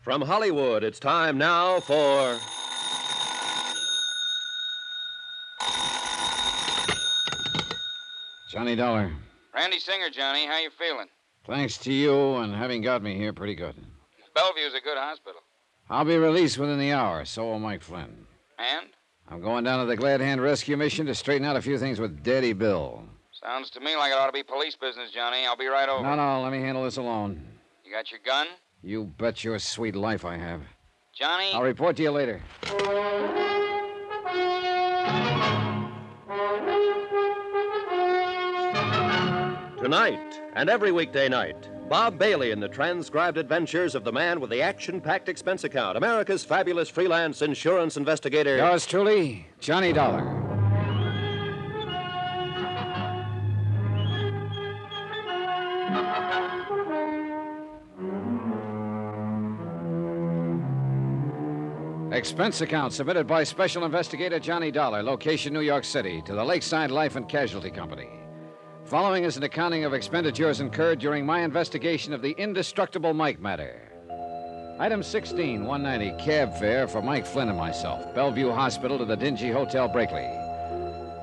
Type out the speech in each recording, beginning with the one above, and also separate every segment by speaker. Speaker 1: From Hollywood, it's time now for.
Speaker 2: Johnny Dollar,
Speaker 3: Randy Singer, Johnny, how you feeling?
Speaker 2: thanks to you and having got me here pretty good.
Speaker 3: Bellevue's a good hospital.
Speaker 2: I'll be released within the hour, so will Mike Flynn.
Speaker 3: And?
Speaker 2: I'm going down to the Glad Hand Rescue Mission to straighten out a few things with Daddy Bill.
Speaker 3: Sounds to me like it ought to be police business, Johnny. I'll be right over.
Speaker 2: No, no, let me handle this alone.
Speaker 3: You got your gun?
Speaker 2: You bet your sweet life I have.
Speaker 3: Johnny?
Speaker 2: I'll report to you later.
Speaker 1: Tonight and every weekday night, Bob Bailey in the transcribed adventures of the man with the action packed expense account, America's fabulous freelance insurance investigator.
Speaker 2: Yours truly, Johnny Dollar. Expense account submitted by Special Investigator Johnny Dollar, location New York City, to the Lakeside Life and Casualty Company. Following is an accounting of expenditures incurred during my investigation of the indestructible Mike matter. Item 16, 190, cab fare for Mike Flynn and myself, Bellevue Hospital to the dingy Hotel Brakely.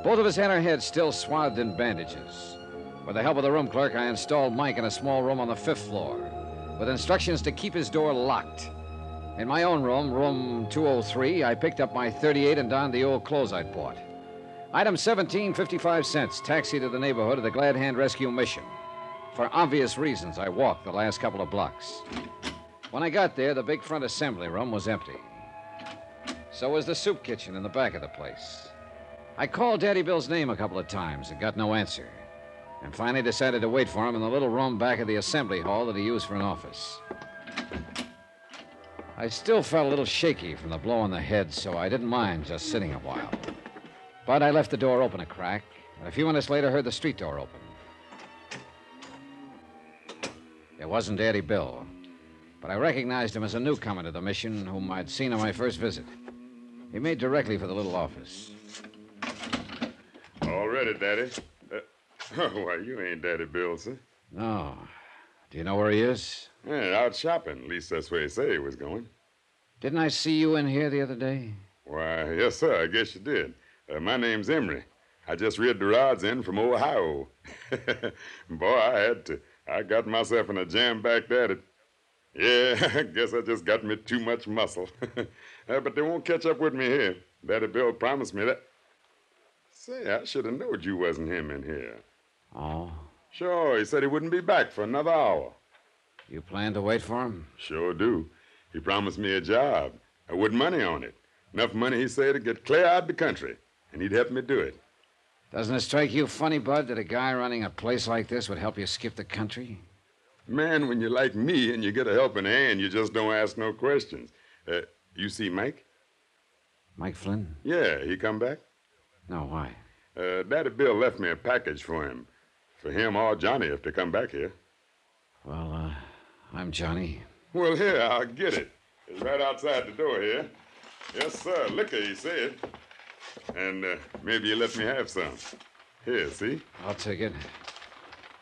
Speaker 2: Both of us had our heads still swathed in bandages. With the help of the room clerk, I installed Mike in a small room on the fifth floor, with instructions to keep his door locked. In my own room, room 203, I picked up my 38 and donned the old clothes I'd bought. Item 17, 55 cents, taxi to the neighborhood of the Glad Hand Rescue Mission. For obvious reasons, I walked the last couple of blocks. When I got there, the big front assembly room was empty. So was the soup kitchen in the back of the place. I called Daddy Bill's name a couple of times and got no answer, and finally decided to wait for him in the little room back of the assembly hall that he used for an office. I still felt a little shaky from the blow on the head, so I didn't mind just sitting a while. But I left the door open a crack, and a few minutes later heard the street door open. It wasn't Daddy Bill, but I recognized him as a newcomer to the mission whom I'd seen on my first visit. He made directly for the little office.
Speaker 4: All ready, Daddy. Uh, oh, why, you ain't Daddy Bill, sir.
Speaker 2: No. Do you know where he is?
Speaker 4: Yeah, out shopping. At least that's where he said he was going.
Speaker 2: Didn't I see you in here the other day?
Speaker 4: Why, yes, sir. I guess you did. Uh, my name's Emery. I just read the rods in from Ohio. Boy, I had to. I got myself in a jam back at it. Yeah, I guess I just got me too much muscle. Uh, but they won't catch up with me here. Daddy Bill promised me that. Say, I should have knowed you wasn't him in here.
Speaker 2: Oh,
Speaker 4: Sure, he said he wouldn't be back for another hour.
Speaker 2: you planned to wait for him?
Speaker 4: Sure do. He promised me a job uh, with money on it. Enough money, he said, to get clear out the country, and he'd help me do it.
Speaker 2: Doesn't it strike you funny, Bud, that a guy running a place like this would help you skip the country?
Speaker 4: Man, when you're like me and you get a helping hand, you just don't ask no questions. Uh, you see Mike?
Speaker 2: Mike Flynn?
Speaker 4: Yeah, he come back.
Speaker 2: No, why?
Speaker 4: Uh, Daddy Bill left me a package for him. For him or Johnny if they come back here.
Speaker 2: Well, uh, I'm Johnny.
Speaker 4: Well, here, I'll get it. It's right outside the door here. Yes, sir. Liquor, he said. And uh, maybe you let me have some. Here, see?
Speaker 2: I'll take it.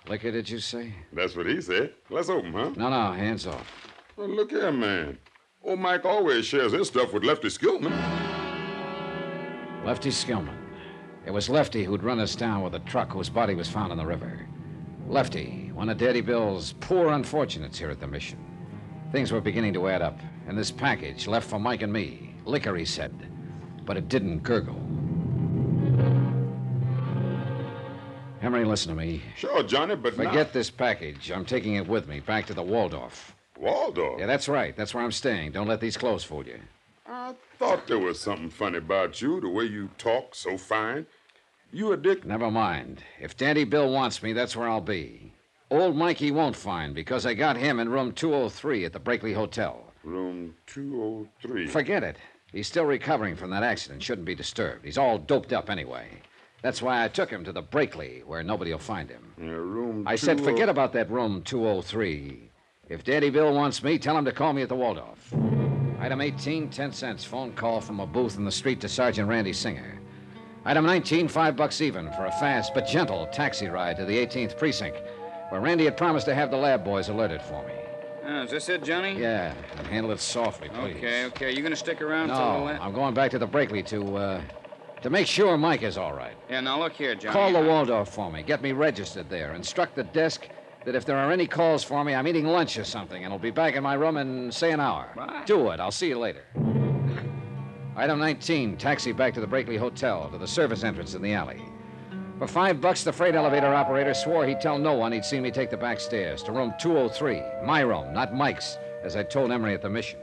Speaker 2: Liquor, did you say?
Speaker 4: That's what he said. Let's open, huh?
Speaker 2: No, no, hands off.
Speaker 4: Well, look here, man. Old Mike always shares his stuff with Lefty Skillman.
Speaker 2: Lefty Skillman. It was Lefty who'd run us down with a truck whose body was found in the river. Lefty, one of Daddy Bill's poor unfortunates here at the mission. Things were beginning to add up, and this package left for Mike and me. Liquor, he said. But it didn't gurgle. Henry, listen to me.
Speaker 4: Sure, Johnny, but not-
Speaker 2: Forget this package. I'm taking it with me back to the Waldorf.
Speaker 4: Waldorf.
Speaker 2: Yeah, that's right. That's where I'm staying. Don't let these clothes fool you.
Speaker 4: I thought there was something funny about you, the way you talk so fine. You a dick?
Speaker 2: Never mind. If Dandy Bill wants me, that's where I'll be. Old Mikey won't find because I got him in room 203 at the Brakely Hotel.
Speaker 4: Room 203.
Speaker 2: Forget it. He's still recovering from that accident. Shouldn't be disturbed. He's all doped up anyway. That's why I took him to the Brakely, where nobody'll find him.
Speaker 4: Yeah, room
Speaker 2: I
Speaker 3: oh-
Speaker 2: said,
Speaker 4: 20
Speaker 2: forget about that room 203. If Daddy Bill wants me, tell him to call me at the Waldorf. Item 18, 10 cents. Phone call from a booth in the street to Sergeant Randy Singer. Item 19, 5 bucks even for a fast but gentle taxi ride to the 18th precinct, where Randy had promised to have the lab boys alerted for me.
Speaker 3: Oh, is this it, Johnny?
Speaker 2: Yeah, and handle it softly, please.
Speaker 3: Okay, okay. You gonna stick around till
Speaker 2: No,
Speaker 3: the la-
Speaker 2: I'm going back to the Brakely to, uh, to make sure Mike is all right.
Speaker 3: Yeah, now look here, Johnny.
Speaker 2: Call the
Speaker 3: I-
Speaker 2: Waldorf for me. Get me registered there. Instruct the desk that if there are any calls for me, I'm eating lunch or something, and I'll be back in my room in, say, an hour.
Speaker 3: Right.
Speaker 2: Do it. I'll see you later. Item 19 taxi back to the Brakely Hotel, to the service entrance in the alley. For five bucks, the freight elevator operator swore he'd tell no one he'd seen me take the back stairs to room 203, my room, not Mike's, as I told Emery at the mission.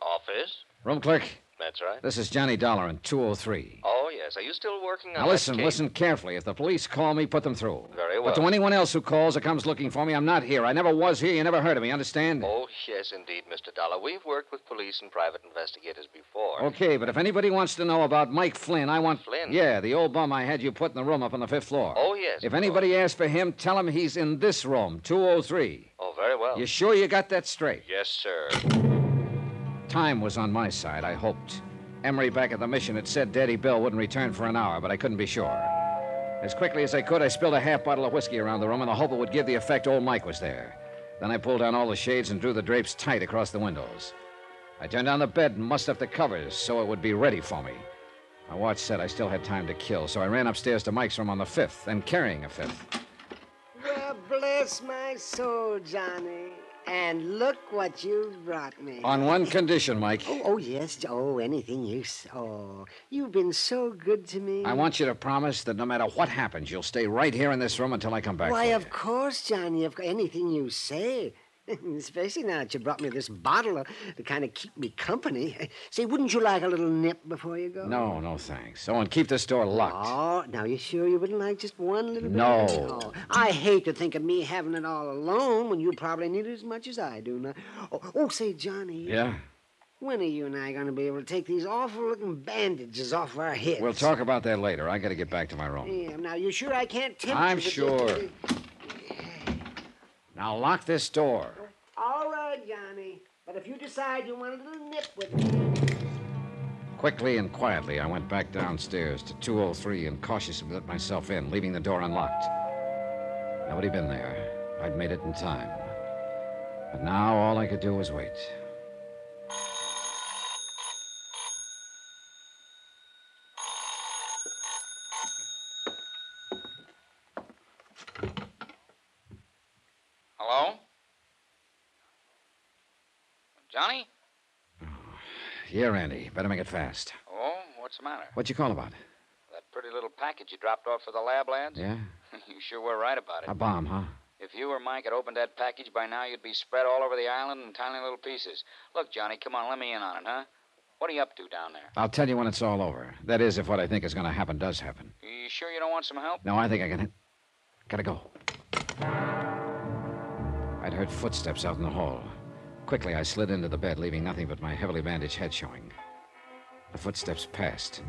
Speaker 5: Office?
Speaker 2: Room clerk,
Speaker 5: That's right.
Speaker 2: this is Johnny Dollar in 203.
Speaker 5: Oh, yes. Are you still working on
Speaker 2: Now
Speaker 5: that
Speaker 2: listen,
Speaker 5: case?
Speaker 2: listen carefully. If the police call me, put them through.
Speaker 5: Very
Speaker 2: But to
Speaker 5: well.
Speaker 2: anyone else who calls or comes looking for me, I'm not here. I never was here. You never heard of me. Understand?
Speaker 5: Oh, yes, indeed, Mr. Dollar. We've worked with police and private investigators before.
Speaker 2: Okay, but if anybody wants to know about Mike Flynn, I want
Speaker 5: Flynn?
Speaker 2: Yeah, the old bum I had you put in the room up on the fifth floor.
Speaker 5: Oh, yes.
Speaker 2: If
Speaker 5: of
Speaker 2: anybody asks for him, tell him he's in this room, 203.
Speaker 5: course. Oh, very well.
Speaker 2: You sure you got that straight?
Speaker 5: Yes, sir.
Speaker 2: Time was on my side, I hoped. Emery back at the mission had said Daddy Bill wouldn't return for an hour, but I couldn't be sure. As quickly as I could, I spilled a half bottle of whiskey around the room in the hope it would give the effect old Mike was there. Then I pulled down all the shades and drew the drapes tight across the windows. I turned down the bed and mussed up the covers so it would be ready for me. My watch said I still had time to kill, so I ran upstairs to Mike's room on the fifth, and carrying a fifth.
Speaker 6: Well, bless my soul, Johnny. And look what you've brought me.
Speaker 2: On one condition, Mike.
Speaker 6: Oh, oh, yes. Oh, anything you saw. You've been so good to me.
Speaker 2: I want you to promise that no matter what happens, you'll stay right here in this room until I come back.
Speaker 6: Why,
Speaker 2: for you.
Speaker 6: of course, Johnny. Of anything you say. Especially now that you brought me this bottle to kind of keep me company. Say, wouldn't you like a little nip before you go?
Speaker 2: No, no, thanks. Oh, and keep this door locked.
Speaker 6: Oh, now you sure you wouldn't like just one little bit?
Speaker 2: No.
Speaker 6: Oh, I hate to think of me having it all alone when you probably need it as much as I do now. Oh, oh say, Johnny.
Speaker 2: Yeah?
Speaker 6: When are you and I going to be able to take these awful looking bandages off our heads?
Speaker 2: We'll talk about that later. I gotta get back to my room.
Speaker 6: Yeah, now you sure I can't tempt
Speaker 2: I'm
Speaker 6: you with-
Speaker 2: sure. Now lock this door.
Speaker 6: All right, Johnny. But if you decide you want a little nip with me,
Speaker 2: Quickly and quietly, I went back downstairs to 203 and cautiously let myself in, leaving the door unlocked. Nobody been there. I'd made it in time. But now all I could do was wait.
Speaker 3: Hello? Johnny?
Speaker 2: Here, Andy. Better make it fast.
Speaker 3: Oh, what's the matter?
Speaker 2: What you call about?
Speaker 3: That pretty little package you dropped off for the lab lads?
Speaker 2: Yeah?
Speaker 3: you sure were right about it.
Speaker 2: A bomb, huh?
Speaker 3: If you or Mike had opened that package by now, you'd be spread all over the island in tiny little pieces. Look, Johnny, come on, let me in on it, huh? What are you up to down there?
Speaker 2: I'll tell you when it's all over. That is, if what I think is gonna happen does happen.
Speaker 3: You sure you don't want some help?
Speaker 2: No, I think I can. Gotta go. I'd heard footsteps out in the hall. Quickly, I slid into the bed, leaving nothing but my heavily bandaged head showing. The footsteps passed.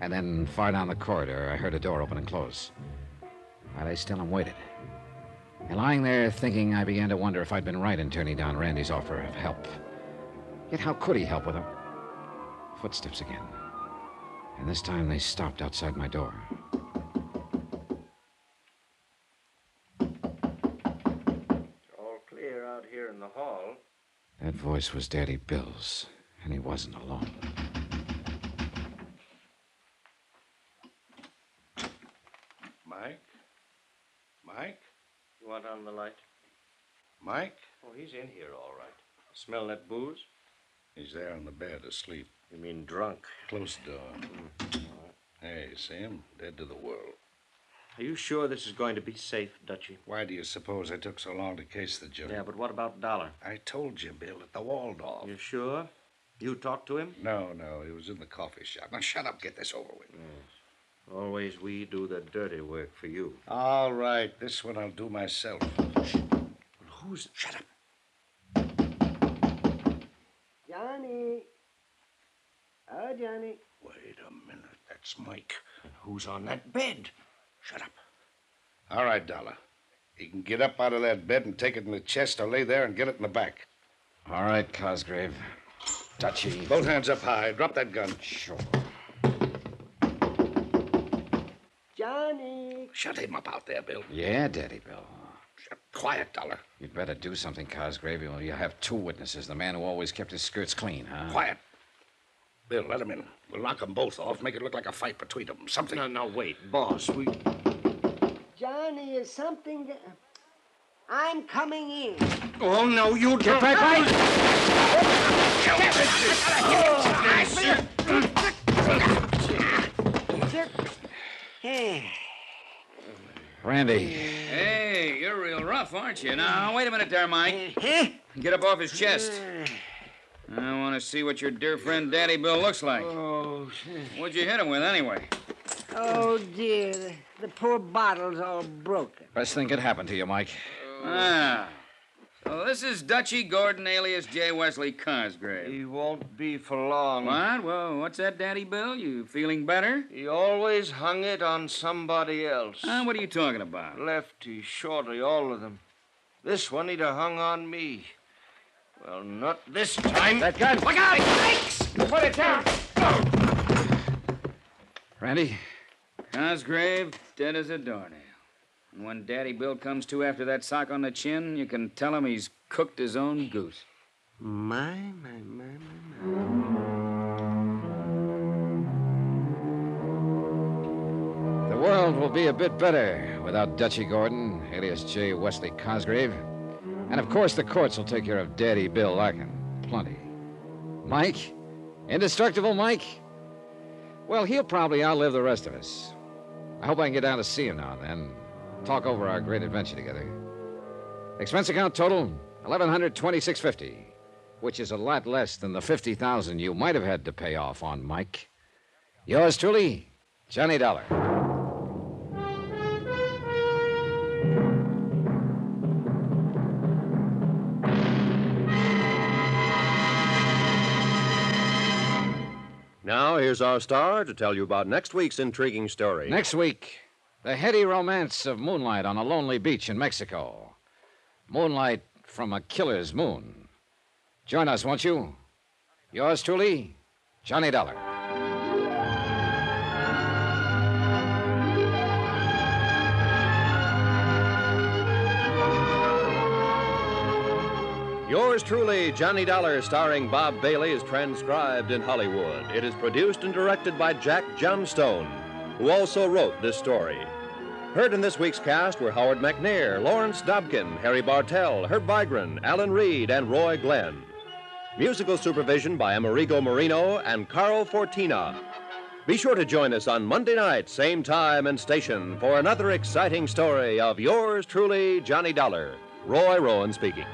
Speaker 2: And then, far down the corridor, I heard a door open and close. I lay still and waited. And lying there thinking, I began to wonder if I'd been right in turning down Randy's offer of help. Yet, how could he help with him? Footsteps again. And this time they stopped outside my door.
Speaker 7: All clear out here in the hall.
Speaker 2: That voice was Daddy Bill's, and he wasn't alone.
Speaker 7: Mike? Mike? You want on the light? Mike? Oh, he's in here all right. Smell that booze?
Speaker 8: He's there on the bed, asleep.
Speaker 7: You mean drunk?
Speaker 8: Close door. Hey, see him? Dead to the world.
Speaker 7: Are you sure this is going to be safe, Dutchy?
Speaker 8: Why do you suppose I took so long to case the joke?
Speaker 7: Yeah, but what about Dollar?
Speaker 8: I told you, Bill, at the Waldorf.
Speaker 7: You sure? You talked to him?
Speaker 8: No, no, he was in the coffee shop. Now shut up, get this over with.
Speaker 7: Always we do the dirty work for you.
Speaker 8: All right, this one I'll do myself.
Speaker 7: Who's. Shut up.
Speaker 6: Johnny. Oh, Johnny.
Speaker 8: Wait a minute, that's Mike.
Speaker 7: Who's on that bed?
Speaker 8: Shut up. All right, Dollar. He can get up out of that bed and take it in the chest or lay there and get it in the back.
Speaker 2: All right, Cosgrave. Dutchy.
Speaker 8: Both hands up high. Drop that gun.
Speaker 2: Sure.
Speaker 6: Johnny.
Speaker 8: Shut him up out there, Bill.
Speaker 2: Yeah, Daddy Bill.
Speaker 8: Quiet, Dollar.
Speaker 2: You'd better do something, Cosgrave, or you'll have two witnesses. The man who always kept his skirts clean, huh?
Speaker 8: Quiet. Bill, let him in. We'll knock them both off, make it look like a fight between them. Something.
Speaker 9: No, no, wait, boss. We.
Speaker 6: Johnny, is something that. I'm coming in.
Speaker 8: Oh, no, you Get back, right!
Speaker 6: Hey,
Speaker 2: Randy,
Speaker 3: Hey, you're real rough, aren't you? Now, wait a minute there, Mike. Get up off his chest. I want to see what your dear friend Daddy Bill looks like.
Speaker 6: Oh,
Speaker 3: What'd you hit him with, anyway?
Speaker 6: oh dear. The, the poor bottle's all broken.
Speaker 2: best thing could happen to you, Mike.
Speaker 3: Ah. So this is Dutchy Gordon, alias J. Wesley Cosgrave.
Speaker 9: He won't be for long.
Speaker 3: What? Well, what's that, Daddy Bill? You feeling better?
Speaker 9: He always hung it on somebody else.
Speaker 3: Uh, what are you talking about?
Speaker 9: Lefty, shorty, all of them. This one he'd have hung on me. Well, not this time.
Speaker 2: That gun!
Speaker 9: Look out! Thanks! Put it down!
Speaker 2: Randy,
Speaker 3: Cosgrave, dead as a doornail. And when Daddy Bill comes to after that sock on the chin, you can tell him he's cooked his own goose.
Speaker 6: My, my, my, my.
Speaker 2: the world will be a bit better without Dutchy Gordon, alias J. Wesley Cosgrave. And of course, the courts will take care of Daddy Bill Larkin. Plenty. Mike? Indestructible Mike? Well, he'll probably outlive the rest of us. I hope I can get down to see him now and then. Talk over our great adventure together. Expense account total eleven hundred twenty-six fifty, which is a lot less than the fifty thousand you might have had to pay off on Mike. Yours truly, Johnny Dollar.
Speaker 1: Now, here's our star to tell you about next week's intriguing story.
Speaker 2: Next week, the heady romance of moonlight on a lonely beach in Mexico. Moonlight from a killer's moon. Join us, won't you? Yours truly, Johnny Dollar.
Speaker 1: Yours truly, Johnny Dollar, starring Bob Bailey, is transcribed in Hollywood. It is produced and directed by Jack Johnstone, who also wrote this story. Heard in this week's cast were Howard McNair, Lawrence Dobkin, Harry Bartell, Herb Vigran, Alan Reed, and Roy Glenn. Musical supervision by Amerigo Marino and Carl Fortina. Be sure to join us on Monday night, same time and station, for another exciting story of yours truly, Johnny Dollar. Roy Rowan speaking.